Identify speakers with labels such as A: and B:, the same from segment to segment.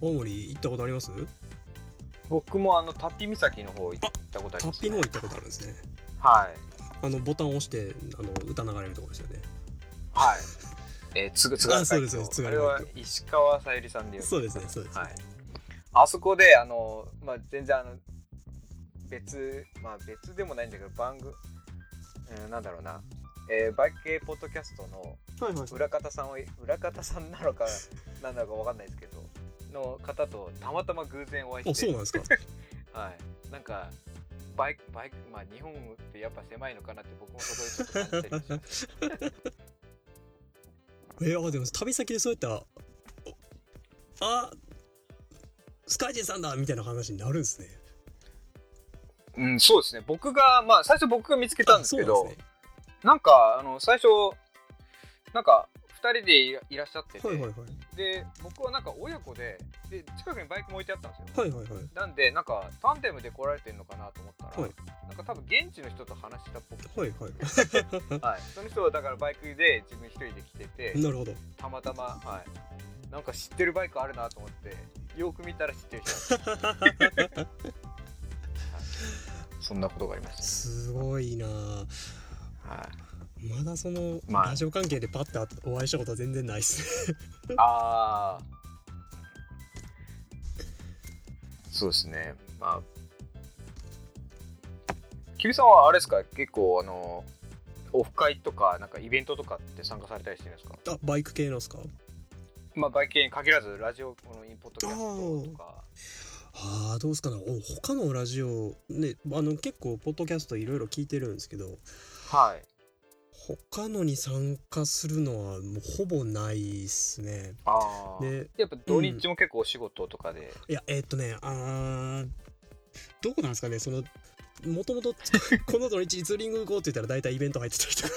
A: 青森行ったことあります
B: 僕もあのタッピ岬の方行ったことあり
A: タ
B: ま
A: ッ
B: す、
A: ピーの方行ったことあるんですね
B: はい
A: あのボタンを押してあの歌流れるところですよね
B: はいえー、つぐつが
A: あそうですそうです津
B: あ
A: 軽
B: れ
A: 海峡
B: は石川さゆりさんで
A: そうですねそうですね
B: はい、あそこであの、まあ、全然あの別まあ別でもないんだけど番組、うん、なんだろうな、えー、バイク系ポッドキャストの
A: はいはい
B: 裏方さんを裏方さんなのかなんだかわかんないですけどの方とたまたま偶然お会い
A: お
B: して
A: そうなんですか
B: はい、なんかバイクバイクまあ日本ってやっぱ狭いのかなって僕もそこでちょっと感じたりしました
A: えー、あでも旅先でそういったおあスカイジンさんだみたいな話になるんですね
B: うんそうですね僕がまあ最初僕が見つけたんですけ
A: あそ
B: ど
A: うなんですね
B: なんかあの最初なんか2人でいらいらっしゃってて、
A: はいはいはい
B: で僕はなんか親子でで近くにバイクも置いてあったんですよ、
A: はいはいはい
B: なんでなんかタンデムで来られてるのかなと思ったら、
A: はい
B: なんか多分現地の人と話したっぽくて、
A: はいはい
B: はいその人はだからバイクで自分一人で来てて
A: なるほど。
B: たまたま、はい、なんか知ってるバイクあるなと思ってよく見たら知ってる人だったそんなことがありまし
A: すごいなあ
B: た、はい、
A: まだその、
B: まあ
A: ラジオ関係でパッとお会いしたことは全然ないですね。
B: ああそうですねまあキビさんはあれですか結構あのオフ会とかなんかイベントとかって参加されたりしてるんですか
A: あ、バイク系のですか
B: まあバイク系に限らずラジオこのインポッドキャストとか
A: ああ、どうですかね。お他のラジオ、ね、あの、結構、ポッドキャストいろいろ聞いてるんですけど、
B: はい
A: 他のに参加するのは、もうほぼないですね。
B: ああ
A: で、
B: やっぱ土日も結構お仕事とかで、
A: いや、えーっとね、あーどこなんですかね、その、もともと、この土日、ツーリング行こうって言ったら、大体イベント入ってたりとか、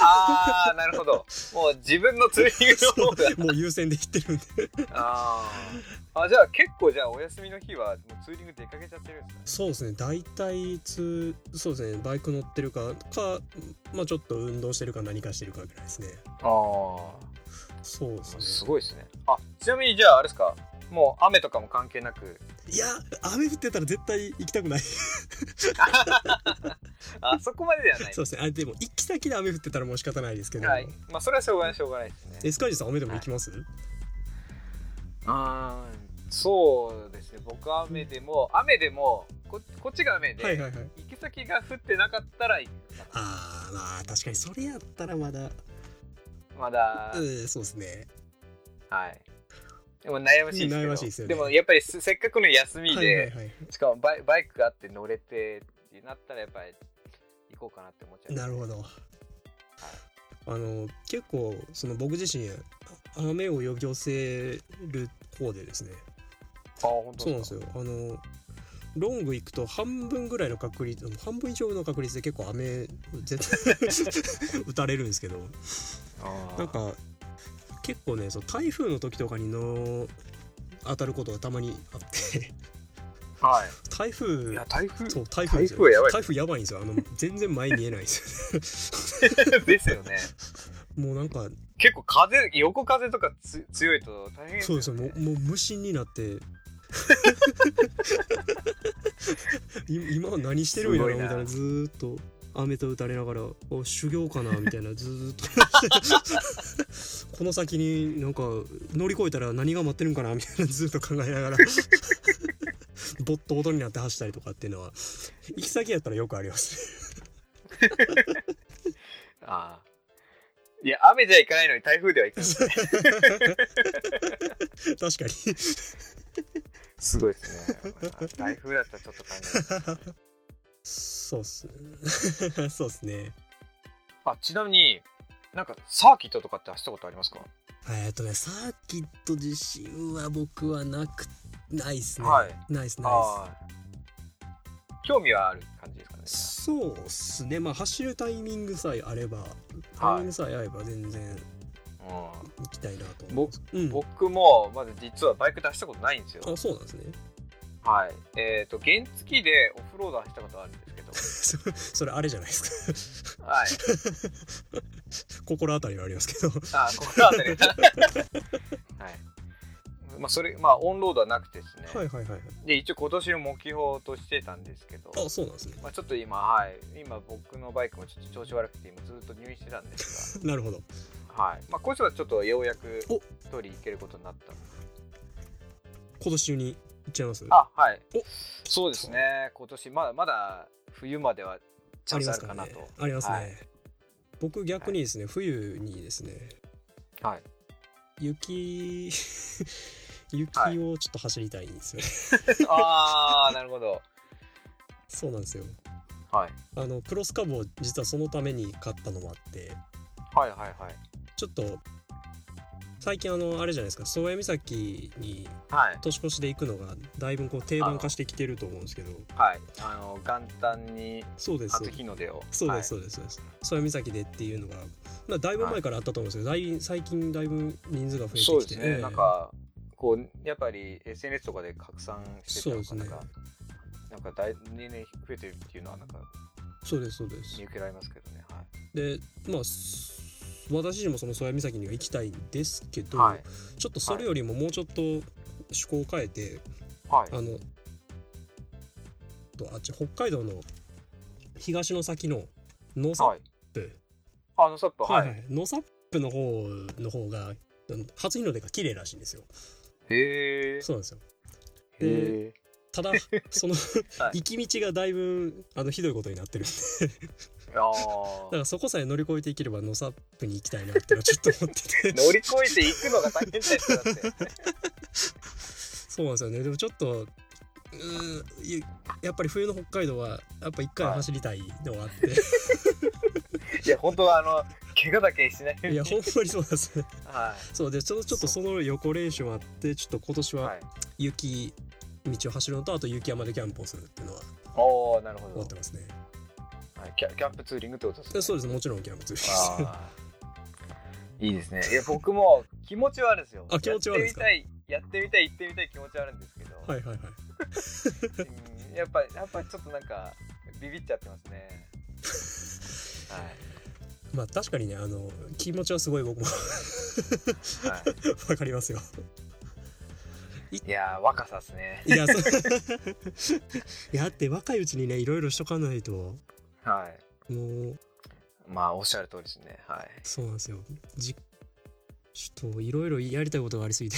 B: ああなるほどもう自分のツーリングの方が
A: もう優先で行ってるんで。
B: あーあじゃあ結構じゃあお休みの日はもうツーリング出かけちゃってるんですか
A: そうですね大体つそうですねバイク乗ってるかかまあちょっと運動してるか何かしてるかぐらいですね
B: ああ
A: そうですね
B: すごいですね。あちなみにじゃああれですか、もう雨とかも関係なく。
A: いや雨降ってたら絶対行きたくないそ
B: あそこまでではない。
A: うですねあでも行き先で雨降ってたらもう仕方ないですけど、
B: はい。まあそれはしょうがないしょうがないですね。
A: エスカイジさん雨でも行きます、
B: あーそうですね。僕は雨でも雨でもここっちが雨で、
A: はいはいはい
B: 行き先が降ってなかったら行く
A: あーまあ確かにそれやったらまだ
B: まだ、
A: うんそうですね
B: はい。でも悩ましいですけど。
A: 悩ましいですよね
B: もやっぱりすせっかくの休みで、
A: はいはいはい
B: しかもバイバイクがあって乗れてってなったらやっぱり行こうかなって思っちゃう。
A: なるほどあの結構その僕自身雨を呼び寄せる方でですね
B: あ本当
A: そうなん
B: で
A: ですす
B: か。
A: よ。あのロング行くと半分ぐらいの確率、半分以上の確率で結構雨絶対 打たれるんですけど、
B: あー
A: なんか結構ね、そう台風の時とかにの当たることがたまにあって、
B: は
A: 台風
B: い。いや台風
A: そう台風ですよ
B: 台風やばい
A: 台風やばいんですよ。あの全然前見えないんですよ、
B: ですよね。
A: もうなんか
B: 結構風横風とかつ強いと大変
A: そうです
B: よ
A: よ。
B: ね
A: もうもう無心になって。い今は何してるんやろ
B: すごい
A: み
B: な
A: たいなずーっと雨と打たれながらお修行かなみたいなずーっとこの先になんか乗り越えたら何が待ってるんかなみたいなずーっと考えながらぼっと音になって走ったりとかっていうのは行き先やったらよくあります
B: ああいや雨じゃ行かないのに台風では行 かない
A: ね確かに
B: すごいですね台風だったらちょっと大変
A: そうっすねそうっすね
B: あちなみになんかサーキットとかって走ったことありますか、
A: えっとね、サーキット自身は僕はなく、ないっすね。
B: はい
A: ないっす、な
B: ああ興味はある感じですかね
A: いっす。そうっすね。まあ、走るタイミングさえあれば、タイミングさえ合えば全然
B: う
A: 行きたいなと思い
B: ぼ
A: ます。うん
B: ん、。僕もまず実はバイクで走ったことないんですよ
A: あ、そうなんですね。
B: はいえっ、と原付でオフロード走ったことあるんです
A: そ
B: けど
A: れ、それあれじゃないですか。
B: はい
A: 心当たりはありますけど。
B: あ、ここのあたりだ。はい。まあ、それ、まあ、オンロードはなくてですね、
A: はいはいはい
B: で一応今年の目標としてたんですけど、
A: あそうなんですね
B: まあ、ちょっと今、はい、今僕のバイクもちょっと調子悪くて今ずっと入院してたんです
A: なるほど
B: が、はいまあ、今週はちょっとようやく
A: お
B: 取り行けることになったので
A: 今年中に行っちゃいます
B: あはい
A: お
B: そうですね今年まだまだ冬まではチャンスあるかなと
A: ね、ありますね、
B: はい
A: 僕逆にですね冬にですね
B: はい
A: 雪 雪
B: はい
A: をちょっと走りたいんですよね、
B: ああなるほど
A: そうなんですよ
B: はい
A: あのクロスカブを実はそのために買ったのもあって
B: はいはいはい
A: ちょっと最近あのあれじゃないですか宗谷岬に
B: はい
A: 年越しで行くのがだいぶこう定番化してきてると思うんですけど
B: はいあの元旦に
A: そうです
B: 初日の出を
A: そうですそうですそうです宗谷岬でっていうのが、まあ、だいぶ前からあったと思うんですけど、だい最近だいぶ人数が増えてきて
B: そうですね、
A: ええ
B: なんかこうやっぱり SNS とかで拡散してたのか
A: そうですね
B: なんかなんか大年々増えてるっていうのはなんか
A: そうですそうです
B: 見受けられますけどねは
A: でまあす私自身もその宗谷岬には行きたいんですけど、
B: い、はい
A: ちょっとそれよりももうちょっと趣向を変えて、
B: はい
A: あのとあっち北海道の東の先のノーサッ
B: はい
A: プ、
B: あのサップ
A: は
B: はいい、
A: はいノーサップの方の方があの初日の出が綺麗らしいんですよ
B: へえ
A: そうなんですよ
B: へえ
A: た だその、
B: い
A: 行き道がだいぶあのひどいことになってるんで
B: あ
A: だ
B: ー
A: からそこさえ乗り越えていければノーサップに行きたいなってのはちょっと思ってて
B: 乗り越えていくのが大変だよだって
A: そうなんですよねでもちょっとうーんややっぱり冬の北海道はやっぱ一回は走りたいのはあって、
B: いや本当はあの怪我だけしないよう
A: い、
B: に
A: やほんまにそうなんですね
B: は
A: そうでちょちょっとその横練習もあってちょっと今年
B: い、
A: は
B: はい、
A: 雪道を走るのとあと雪山でキャンプをするっていうのは
B: おおなるほど
A: 思って、ますね
B: はい、キャキャンプツーリングってことです
A: で
B: ね
A: そうですもちろんキャンプです
B: あーいいですね。いや、僕も気持ちはあるんですよ。
A: あ気持ちはあるんですか
B: やってみたい、やってみたい、行ってみたい気持ちはあるんですけど、
A: はいはいはい
B: うんやっぱ、やっぱちょっとなんか、ビビっちゃってますね。
A: まあ確かにねあの気持ちはすごい僕も
B: はい。は
A: わかり ますよ
B: い、いやー、若さですね。
A: いやそう いやだって若いうちにねいろいろしとかないと
B: は
A: もう
B: い。まあ、おっしゃる通りですね。はい。
A: そうなんですよじちょっといろいろやりたいことがありすぎて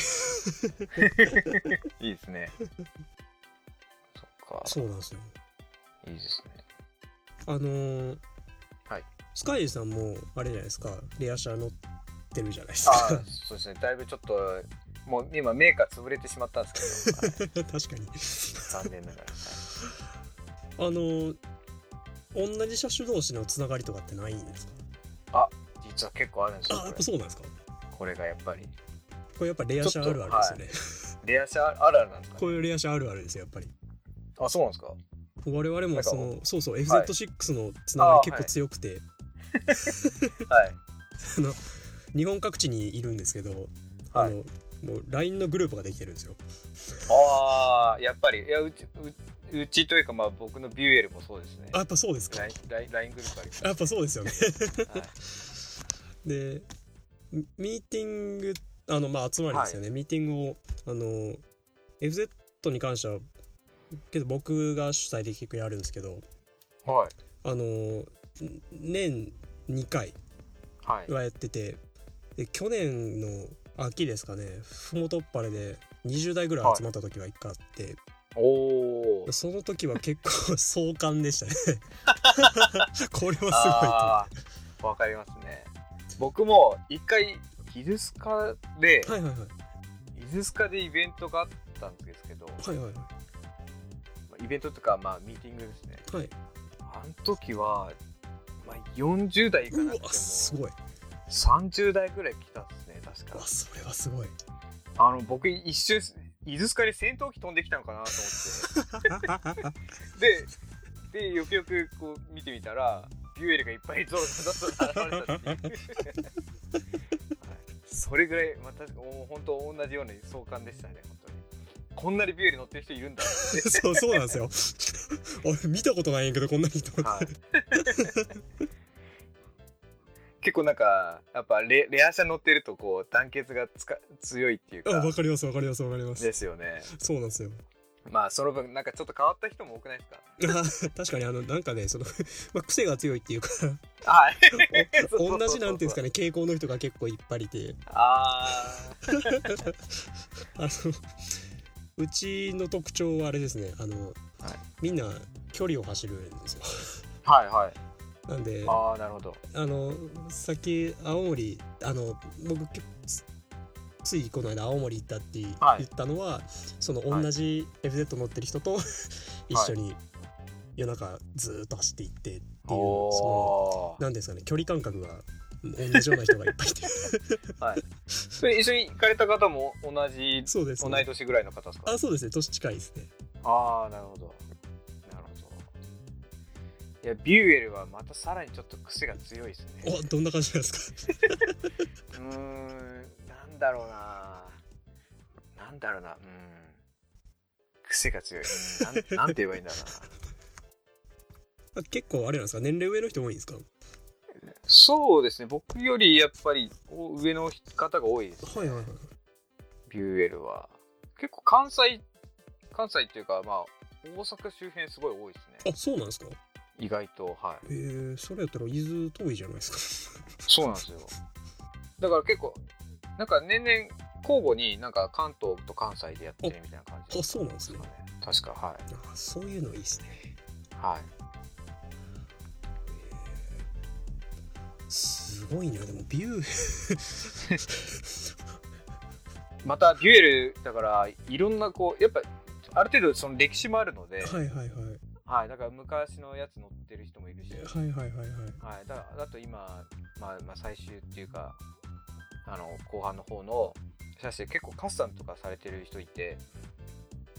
B: いいです ね。そっか。
A: そうなんですよ
B: いいですね。
A: あのー
B: はい
A: スカイさんもあれじゃないですかレア車乗ってるじゃないです
B: あ
A: か
B: ーそうですね。だいぶちょっと、もう今、メーカー潰れてしまったんですけど、は い
A: 確かに
B: 残念ながら。はい
A: あの同じ車種同士のつながりとかってないんですか
B: 実は結構あるんですよ
A: あやっ
B: こ
A: ぱそうなんですか
B: れこれがやっぱり
A: これやっぱレア車あるあるですよね、
B: レア車あるあるなんです か、
A: こう
B: ね、
A: いうレア車あるあるですよやっぱり
B: あそうなんですか
A: 我々
B: な
A: も
B: んか
A: そのそうそう FZ6 のつながり結構強くて、
B: はい
A: 日本各地にいるんですけど、
B: は
A: あ
B: い
A: のもう LINE のグループができてるんですよ
B: ああやっぱりいやうちううちというかまあ僕のビューエルもそうですね
A: あやっぱそうですか
B: ラインラインライングループありま す
A: やっぱそうですよね
B: はい
A: でミミーティングあのまあ集まりですよね、ミーティングをあの FZ に関してはけど僕が主催で結構やるんですけど
B: はい
A: あの年2回
B: はい
A: はやっててで去年の秋ですかねふもとっぱれで20代ぐらい集まった時は1回あって、
B: おおー
A: その時は結構壮観でした ねこれは
B: ああわかりますね僕も一回イズスカです
A: ごいとはいはいはい
B: イズスカでイベントがあったんですけど
A: はいはい
B: イベントとかまあミーティングですね
A: はいはい
B: あの時は、まあ、40代いかなく
A: う
B: て
A: わ
B: も
A: すごい
B: 30代ぐらい来たんですね確
A: う
B: か
A: わそれはす ごい
B: あの僕一瞬伊豆スカに戦闘機飛んできたのかなと思 ってででよくよくこう見てみたらビュエルがいっぱいゾロゾロゾロ現れたっていうはいそれぐらい、まあ、確かもう本当同じような相関でしたね本当にこんなにビュエル乗ってる人いるんだって
A: そうそうなんですよ 俺見たことないんやけどこんな人、
B: はい、 結構なんかやっぱレレア車乗ってるとこう団結がつか強いっていう
A: あ
B: か
A: わかりますわかりますわかります
B: ですよね
A: そうなんですよ
B: まあその分なんかちょっと変わった人も多くないですか
A: 確かにあのなんかねその、 まあ、癖が強いっていう か
B: はい
A: 同じなんていうんですか
B: ね
A: ね傾向の人が結構いっぱいいて
B: あ
A: あのうちの特徴はあれですねあの、みんな距離を走るんですよ
B: あはいはい
A: なんであ
B: ああなるほど
A: のさっき青森あの僕けつついこの間青森行ったって言
B: はい
A: ったのは、その同じ FZ 乗ってる人と 一緒に夜中ずーっと走っていってっていうそ
B: お
A: の何ですかね距離感覚が同じような人がいっぱ いいて
B: ーはいそれ一緒に行かれた方も同じ
A: そうです、
B: 同い年ぐらいの方ですか
A: あそうですね年近いですね
B: ああなるほどなるほどいやビューエルはまたさらにちょっと癖が強いですね
A: おどんな感じなんですか
B: うーんなんだろうななんだろうなうーん癖が強いうん なんなんて言えばいいんだろうな
A: あ結構あれなんですか年齢上の人多いんですか
B: そうですね僕よりやっぱりお上の方が多いです
A: はいはいはい
B: ビューエルは結構関西関西っていうかまあ大阪周辺すごい多いですね
A: あそうなんですか
B: 意外とはい
A: えー、それやったら伊豆遠いじゃないですか
B: そうなんですよだから結構なんか年々交互になんか関東と関西でやってるみたいな感じ
A: あそうなんですね
B: 確かはい
A: あそういうのいいですね
B: はい
A: すごいなでもビュー
B: またデュエルだからいろんなこうやっぱある程度その歴史もあるので、
A: はいはいはい
B: はい、だから昔のやつ乗ってる人もいるし、はい
A: はいはいはいはい
B: だからあと今、まあ、まあ最終っていうかあの後半の方の写真結構カスタムとかされてる人いて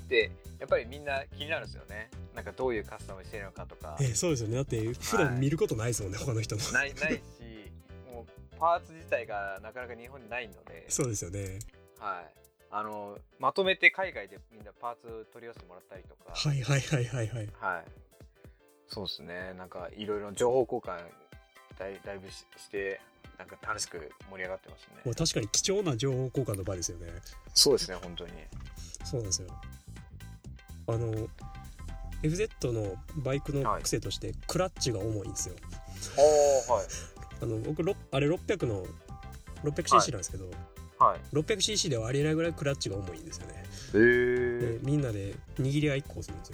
B: でやっぱりみんな気になるんですよねなんかどういうカスタムしてるのかとか
A: えーそうですよねだって普段見ることないですもんね、他の人の
B: ないないしもうパーツ自体がなかなか日本にないので、
A: そうですよね
B: はい、あのまとめて海外でみんなパーツ取り寄せてもらったりとか。
A: はいはいはいはいはい
B: はい。そうですね。なんかいろいろ情報交換だいだいぶしして、なんか楽しく盛り上がってます
A: も
B: ね
A: う。確かに貴重な情報交換の場ですよね
B: そうですね、本当に。
A: そうなんですよあの FZ のバイクの癖としてクラッチが重いんですよ、
B: おおはい。
A: あの僕ろあれ600の 600cc なんですけど、
B: はい。
A: 600cc ではありえないぐらいクラッチが重いんですよね、
B: え
A: でみんなで握り合いっこをするん です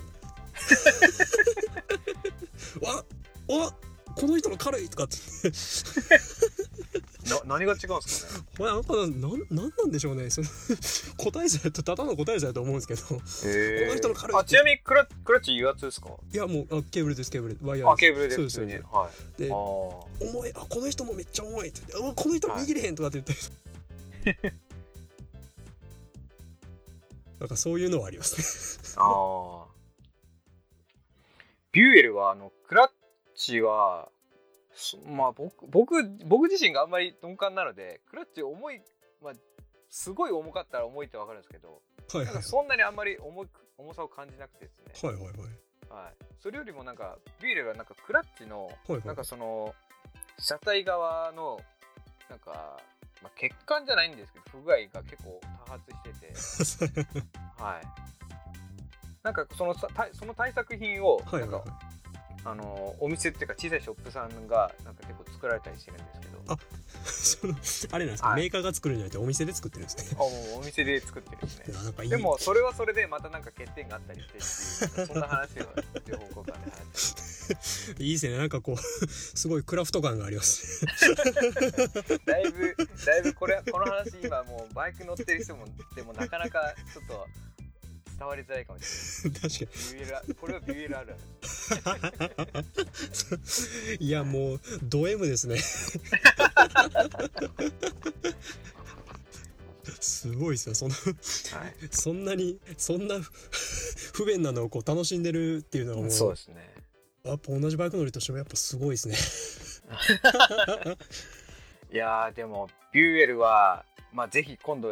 A: よ わわこの人の軽いとかって言って
B: な何が違うんですかね。
A: お前なんかなんなんなんでしょうねその 答えじゃないとただの答えじゃないと思うんですけど
B: え
A: この人の軽い
B: あちなみにクラクラッチ油圧ですか。
A: いやもうあケーブルですケーブルワイヤ
B: あ
A: ー
B: ケーブルで
A: そう
B: 普
A: です
B: 通に。はい。
A: すで
B: あー
A: 重いあこの人もめっちゃ重いって言ってあこの人も握れへんとかって言って、 なんかそういうのはありますね
B: あー。ビューエルはあのクラッチは。そまあ、僕僕僕自身があんまり鈍感なのでクラッチ重い、まあ、すごい重かったら重いってわかるんですけど、
A: はいは
B: ないんかそんなにあんまり重く重さを感じなくてですね、
A: はいはい はい
B: はい、それよりもなんかビールがなんかクラッチの、
A: はいはい
B: なんかその車体側のなんか、まあ、欠陥じゃないんですけど不具合が結構多発してて、はい、なんかそのさたその対策品をなんか、
A: はいはいはい
B: あのお店っていうか小さいショップさんがなんか結構作られたりしてるんですけど
A: あそのあれなんですか、
B: はい
A: メーカーが作るんじゃなくてお店で作ってるんですね
B: あもうお店で作ってるんですね
A: いやなんかいい
B: でもそれはそれでまたなんか欠点があったりしてっていうそんな話を情報交換で話して
A: いいですねなんかこう すごいクラフト感がありますね
B: だいぶだいぶこれこの話今もうバイク乗ってる人もでもなかなかちょっと伝わりづらいかもし
A: 確かに
B: れない BL これは BL あるある
A: いやもうド M ですね すごいですよその
B: はい
A: そんなにそんな不便なのをこう楽しんでるっていうのはもう
B: そうですね
A: やっぱ同じバイク乗りとしてもやっぱすごいですね
B: いやーでもビューエルはまあぜひ今度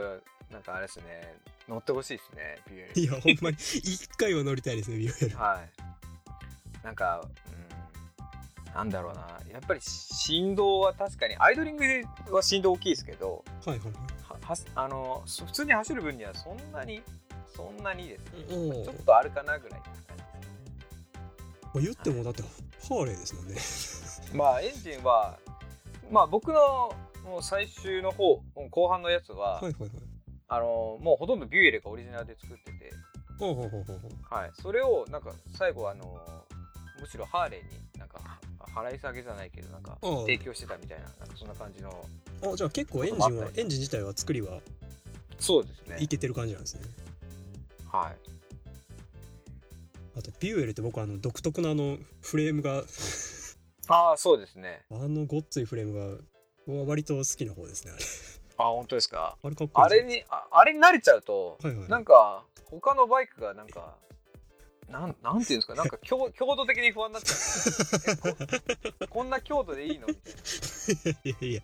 B: なんかあれですね乗ってほしいですねビューエル
A: いやほんまに一回は乗りたいですねビューエル
B: はいなんかうんなんだろうなやっぱり振動は確かにアイドリングは振動大きいですけど
A: はいはい
B: ははあのそ普通に走る分にはそんなにそんなにですね
A: うん
B: ちょっとあるかなぐらいですかね
A: まあ言ってもだってハーレーですもんね
B: まあエンジンはまあ僕のもう最終の方もう後半のやつ
A: は
B: は、
A: いはいはい
B: あのもうほとんどビュエレがオリジナルで作ってて、
A: ほうほうほうほうほう
B: はい、それをなんか最後あのむしろハーレーになんか払い下げじゃないけどなんか
A: うん
B: 提供してたみたいななんかそんな感じの
A: あじゃあ結構エンジン
B: ちょっと
A: は
B: 待って
A: エンジン自体は作りは
B: そうですね
A: いけてる感じなんですね
B: はい
A: あとビュエルって僕あの独特なあのフレームが
B: ああそうですね
A: あのごっついフレームが僕は割と好きな方ですねあれ
B: あ本当ですか
A: あれかっこい
B: あ
A: いで
B: れにああれに慣れちゃうと
A: すねはいはい
B: なんか他のバイクがなんかなんなんていうんですかなんか強 強度的に不安になっちゃうえここんな強度でいいのみたいない
A: やいや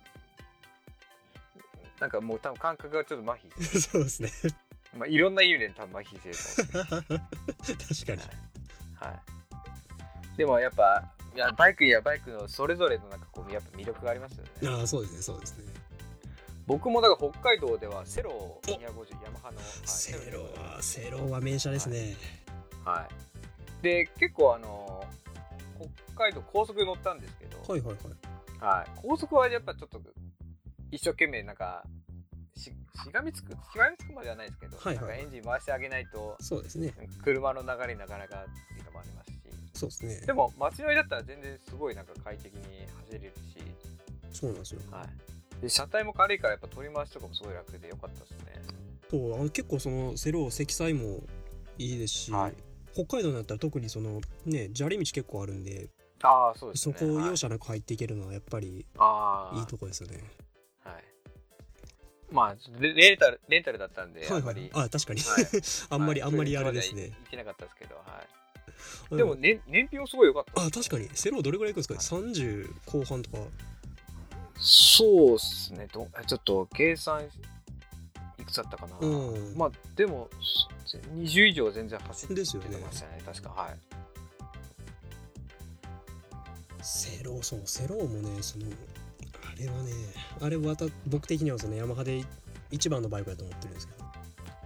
B: なんかもう多分感覚がちょっと麻 痺
A: そうですね
B: まあいろんな意味で多分麻痺してると思う
A: 確かに
B: はい、でもやっぱいやバイクにはバイクのそれぞれのなんかこうやっぱ魅力がありますよね
A: ああそうですねそうですね
B: 僕もだから北海道ではセロ250ヤマハの、はい、
A: セロはセロは名車ですね
B: はいで結構あの北海道高速乗ったんですけど、
A: はいはいはい
B: はい高速はやっぱちょっと一生懸命なんかししがみつくしがみつくまではないですけど、
A: はいはい
B: なんかエンジン回してあげないと
A: そうですね
B: 車の流れになかなかっていうのもありますし
A: そうですね
B: でも街乗りだったら全然すごいなんか快適に走れるし
A: そうなんですよ
B: はい、で車体も軽いからやっぱ取り回しとかもすごい楽で良かったですね
A: そうあの結構そのセロ積載もいいですし、
B: はい
A: 北海道になったら特にそのね砂利道結構あるんで
B: ああそうです
A: そ
B: ね
A: こを
B: はい
A: 容赦なく入っていけるのはやっぱり
B: ああ
A: いいとこですよね。
B: はいまあレレンタルレンタルだったんで、
A: はい
B: あんま
A: は
B: り、
A: い。あ確かに。
B: はい
A: あんまり、
B: はい
A: あんまりあれですね
B: そ。ういうとこまでは行けなかったですけど、は
A: う
B: い、
A: ん
B: でも、ね、燃費もすごい良かった
A: あ確かにセロどれぐらいいくんですかね。三十後半とか。
B: そうですねどちょっと計算いくつだったかな、
A: うん
B: まあでもそ20以上全然走って
A: ですよね
B: ましたね確かはい
A: セロそうセロもねそのあれはねあれはた僕的にはそのヤマハで一番のバイクだと思ってるんです けど。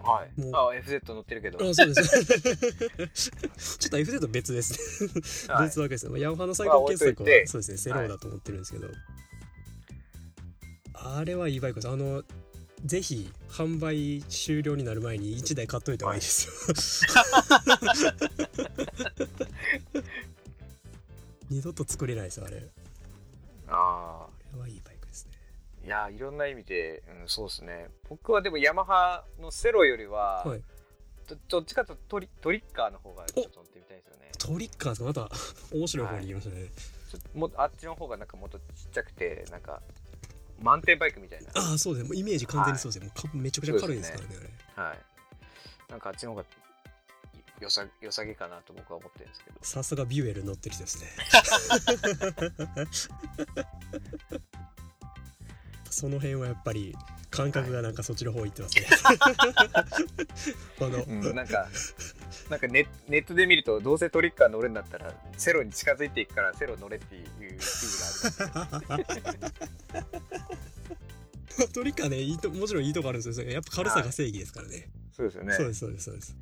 B: はい
A: もう
B: あ FZ 乗ってるけど
A: あそうです。 ちょっと FZ と別ですね。
B: はい
A: 別わけですよ。まあヤマハの最高傑作は
B: まあ置いといて
A: そうですね、セローだと思ってるんですけど、あれはいいバイクです。あの、ぜひ販売終了になる前に1台買っといた方がいいですよ。二度と作れないですよ、あれ。あ
B: ああ
A: れはいいバイクですね。
B: いやーいろんな意味で、うん、そうですね僕はでもヤマハのセロよりは、
A: はい。
B: どどっちかというとトリトリッカーの方がちょっと乗ってみたいですよね
A: トリッカーですかまた面白い方に行きましたね。
B: ちょっともあっちの方がなんかもっとちっちゃくてなんか満点バイクみたいな
A: ああ、そうですね。もうイメージ完全にそうですね。もうかめちゃくちゃ軽いですからね、あれ。
B: はいなんかあっちの方がよさよさげかなと僕は思ってるんですけど
A: さすがビュエル乗ってる人 ですね。その辺はやっぱり感覚がなんかそっちの方行って ますね。この、
B: うん、なんかなんかネネットで見るとどうせトリッカー乗るんだったらセロに近づいていくからセロ乗れっていう記事 がある
A: トリカねいいともちろんいいとこあるんですよ。やっぱ軽さが正義ですからね。
B: そうですよね
A: そうですそうですそうです。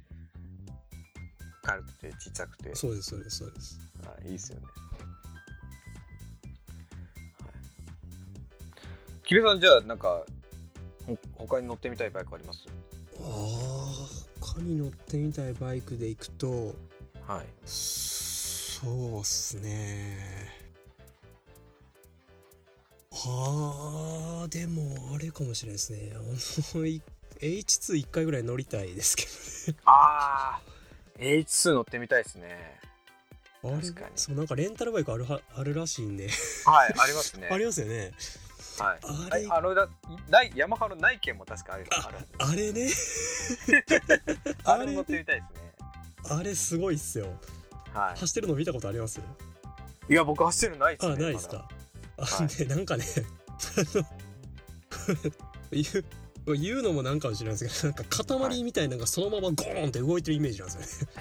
B: 軽くてちっちゃくて
A: そうですそうですそうです。
B: あいいですよね。キベさんじゃあなんかほ他に乗ってみたいバイクあります？
A: ああ他に乗ってみたいバイクで行くと
B: はい。
A: そうっすねあーでもあれかもしれないですねあのい H21 回ぐらい乗りたいですけ
B: ああ、H2 乗ってみたいですね。
A: どねあれ
B: 確かに
A: そうなんかレンタルバイクあるはあるらしいんで
B: はい、ありますね。
A: ありますよね
B: はい。
A: あ
B: あ
A: れ
B: あのだないヤマハの内見も確かあるあるはずです
A: あれね
B: あ
A: あ
B: れも
A: れ
B: 乗ってみたいですね。
A: あれすごいっすよ
B: は
A: 走ってるの見たことあります
B: い。いや僕走ってるのないです
A: あ
B: ね。
A: ないですかあ
B: は
A: ねなんかね あのこれ言う言うのもなんかもしれないですけどなんか塊みたいなのがそのままゴーンって動いてるイメージなんですよね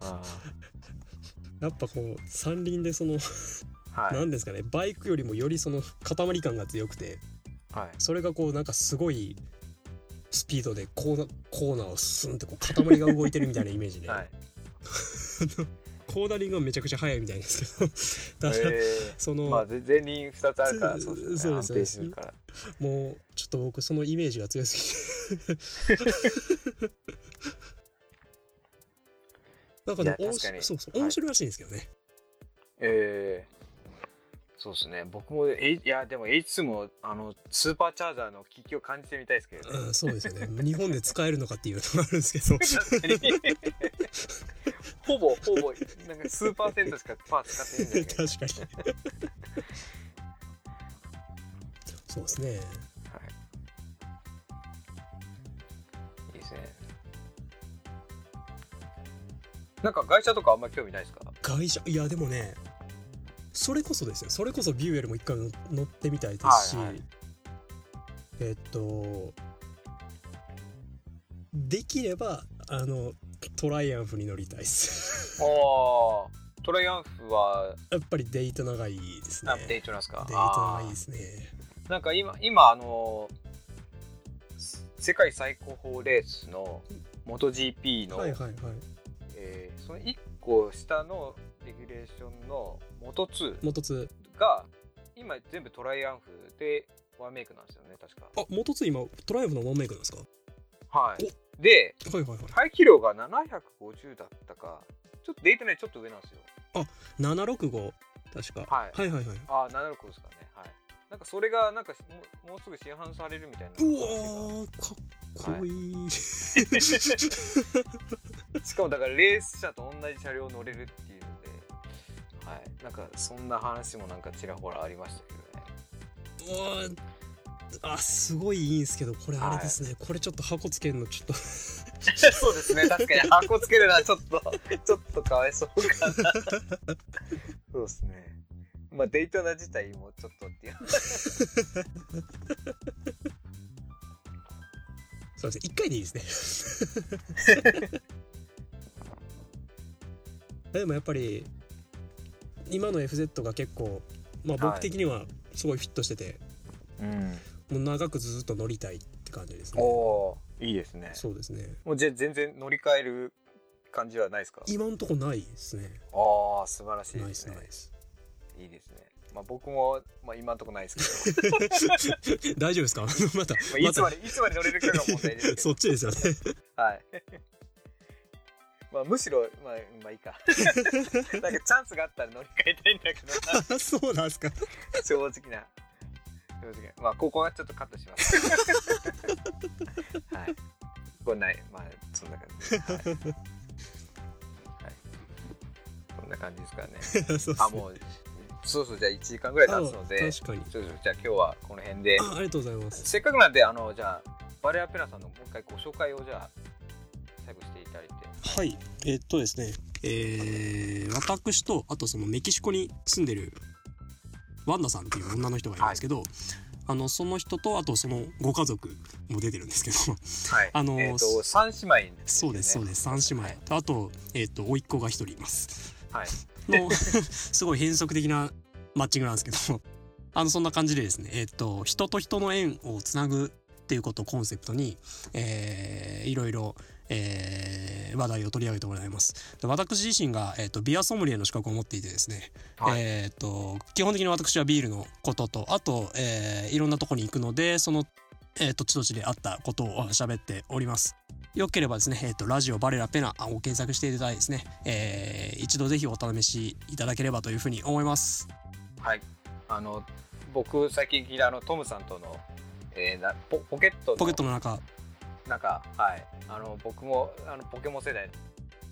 B: まだ。あ
A: やっぱこう山林でその
B: はい
A: 何ですかねバイクよりもよりその塊感が強くて
B: はい
A: それがこうなんかすごいスピードでコーナーコーナーをスンってこう塊が動いてるみたいなイメージで、
B: はい
A: コーナリングがめちゃくちゃ速いみたいですけ ど だから、
B: え
A: その、
B: ー、まあぜ 前輪2つあるから
A: つ
B: そうです
A: そう
B: ね
A: で
B: 安
A: す
B: 定するから
A: もうちょっと僕そのイメージが強すぎてなんか
B: い
A: ね面
B: や確か
A: 白
B: に
A: そうそう
B: はい
A: 面白いらしいんですけどね、
B: えーそうですね僕も、えいやでも H2 もあのスーパーチャーザーの気球を感じてみたいですけどね
A: うん、そうですよね日本で使えるのかっていうのがあるんですけど
B: 確かに ほぼほぼなんか数パーセントしかパーツ使ってないんだ
A: 確
B: け
A: か
B: ど
A: にそうですね
B: いいですねなんか外車とかあんまり興味ないですか
A: 外車いやでもねそれこそですよそれこそビューエルも一回乗乗ってみたいですし、
B: はいはい
A: えっとできればあのトライアンフに乗りたいです
B: おートライアンフは
A: やっぱりデイトナがいいですね
B: あデイトナですか
A: デイトナがいい
B: あ
A: ですね
B: ーなんか今今あのー世界最高峰レースの MotoGP の、
A: はいはいはい
B: えーその1個下のレギュレーションの Moto2
A: 元2
B: が今全部トライアンフでワンメイクなんですよね確か
A: あ元2今トライアンフのワンメイクなんですか
B: はいで
A: はいはいはい
B: 排気量が750だったかちょっとデートねちょっと上なんですよ
A: 765確か、
B: はい
A: はいはいはい
B: ああ765ですかねはいなんかそれがなんかもうもうすぐ市販されるみたいな話
A: う
B: が
A: わーかっこいい、
B: しかもだからレース車と同じ車両乗れるっていうのではいなんかそんな話もなんかちらほらありましたけどね
A: うわーあすごいいいんですけどこれあれですね、これちょっと箱つけるのちょっと
B: そうですね、確かに箱つけるのはちょっと、ちょっとかわいそうかな。そうですね。まあ、デイトナ自体もちょっとっていう。
A: そうですね1回でいいです ねでもやっぱり今の FZ が結構まあ
B: は
A: 僕
B: い
A: 的にはすごいフィットしてて、
B: うん。
A: もう長くずっと乗りたいって感じです
B: お
A: ね
B: おー、いいですね。
A: そうですね
B: もうじゃあ全然乗り換える感じはないですか
A: 今んとこないですね
B: ああ、素晴らしい
A: ナ
B: で
A: イ
B: す
A: ス
B: ね
A: ナ。イス
B: いいですね。まあ、僕も、まあ、今んとこないですけど、
A: 大丈夫ですか また
B: まあ、いつまで、いつまで乗れるかが問題ですけど。
A: そっちですよね
B: はい。まあ、むしろ、まあ、まあい いか。なんかチャンスがあったら乗り換えたいんだけどな。
A: あそうなんですか
B: 正直な正直なまあここはちょっとカットします はいこんなまあそんな感じです、はいはい、こんな感じです からね
A: そうっ
B: あ
A: すね
B: もうそうそうじゃあ1時間ぐらい経つので
A: 確かに
B: そうそうじゃあ今日はこの辺で
A: あありがとうございます
B: せっかくなんであのじゃあバレアペラさんのもう一回ご紹介をじゃあ最後していただいて
A: はいえっとですねえー、私とあとそのメキシコに住んでるワンダさんっていう女の人がいるんですけど、あのその人とあとそのご家族も出てるんですけど
B: はい
A: あのー
B: えっ、と三姉妹
A: そうですそうです三姉妹とあとえっと甥っ子が一人います
B: はい
A: の すごい変則的なマッチングなんですけど あのそんな感じでですねえっと人と人の縁をつなぐっていうことをコンセプトに、えーいろいろ、えー話題を取り上げてもらいますで私自身が、えっとビアソムリエの資格を持っていてですね、
B: はい
A: えっと基本的に私はビールのこととあと、えーいろんなとこに行くのでその、えー、土地土地であったことをあ喋っておりますよければですね、えっとラジオバレラペナを検索していただいてですね、えー一度ぜひお試しいただければというふうに思います。
B: はい。あの僕最近聞いたあのトムさんとの、えーなポポケットの
A: ポケットの中
B: 中はい。あの僕もあのポケモン世代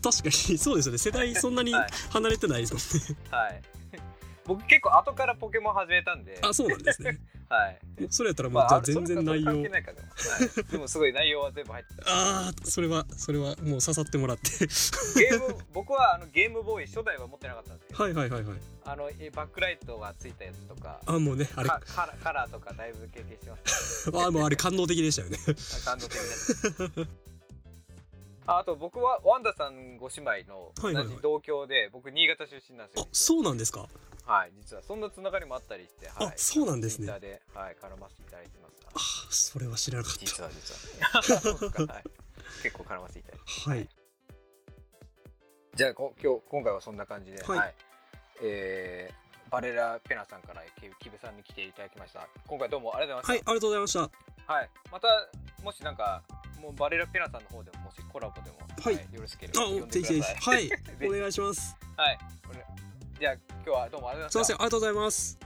A: 確かにそうですよね世代そんなに
B: はい
A: 離れてないですもんね
B: はい。 僕結構後からポケモン始めたんで、
A: あそうなんですね
B: はい。
A: それやったらもう、じゃあ全然内
B: 関
A: 容
B: 係ないかでも、はい、でもすごい内容は全部入っ てる。
A: ああそれはそれはもう刺さってもらって
B: ゲーム僕はあのゲームボーイ初代は持ってなかったんですけど、
A: はいはいはいはい
B: あのえバックライトがついたやつとか。
A: あもうねあれ
B: かカラカラーとかだいぶ経験してま
A: あもうあれ感動的でしたよね
B: す感動的です ああと僕はワンダさんご姉妹の同
A: はいはいはい
B: じ同郷で、僕新潟出身なんです
A: あ
B: よ、
A: そうなんですか
B: はい実はそんなつながりもあったりして、はい、
A: あそうなんですね
B: Twitter で、はい、絡ませていただいてます
A: あそれは知らなかっ
B: 実は実はそうっすか はい結構絡ませていただいて
A: たはい
B: じゃあこ今日今回はそんな感じで、
A: は
B: はいいえーバレラペナさんからきキベさんに来ていただきました今回どうもありがとうござ
A: はいいありがとうございましたは
B: ます、はいまたもしなんかもうバレラペナさんの方でももしコラボでも、
A: はい
B: よろしければ呼ん
A: あぜ
B: で
A: ひ
B: く
A: ぜ
B: だ
A: ひ
B: さい
A: はい
B: ひ
A: お願いします
B: はいこれじゃあ今日はどうもありが
A: すい
B: とう
A: ま
B: ございました
A: せんありがとうございます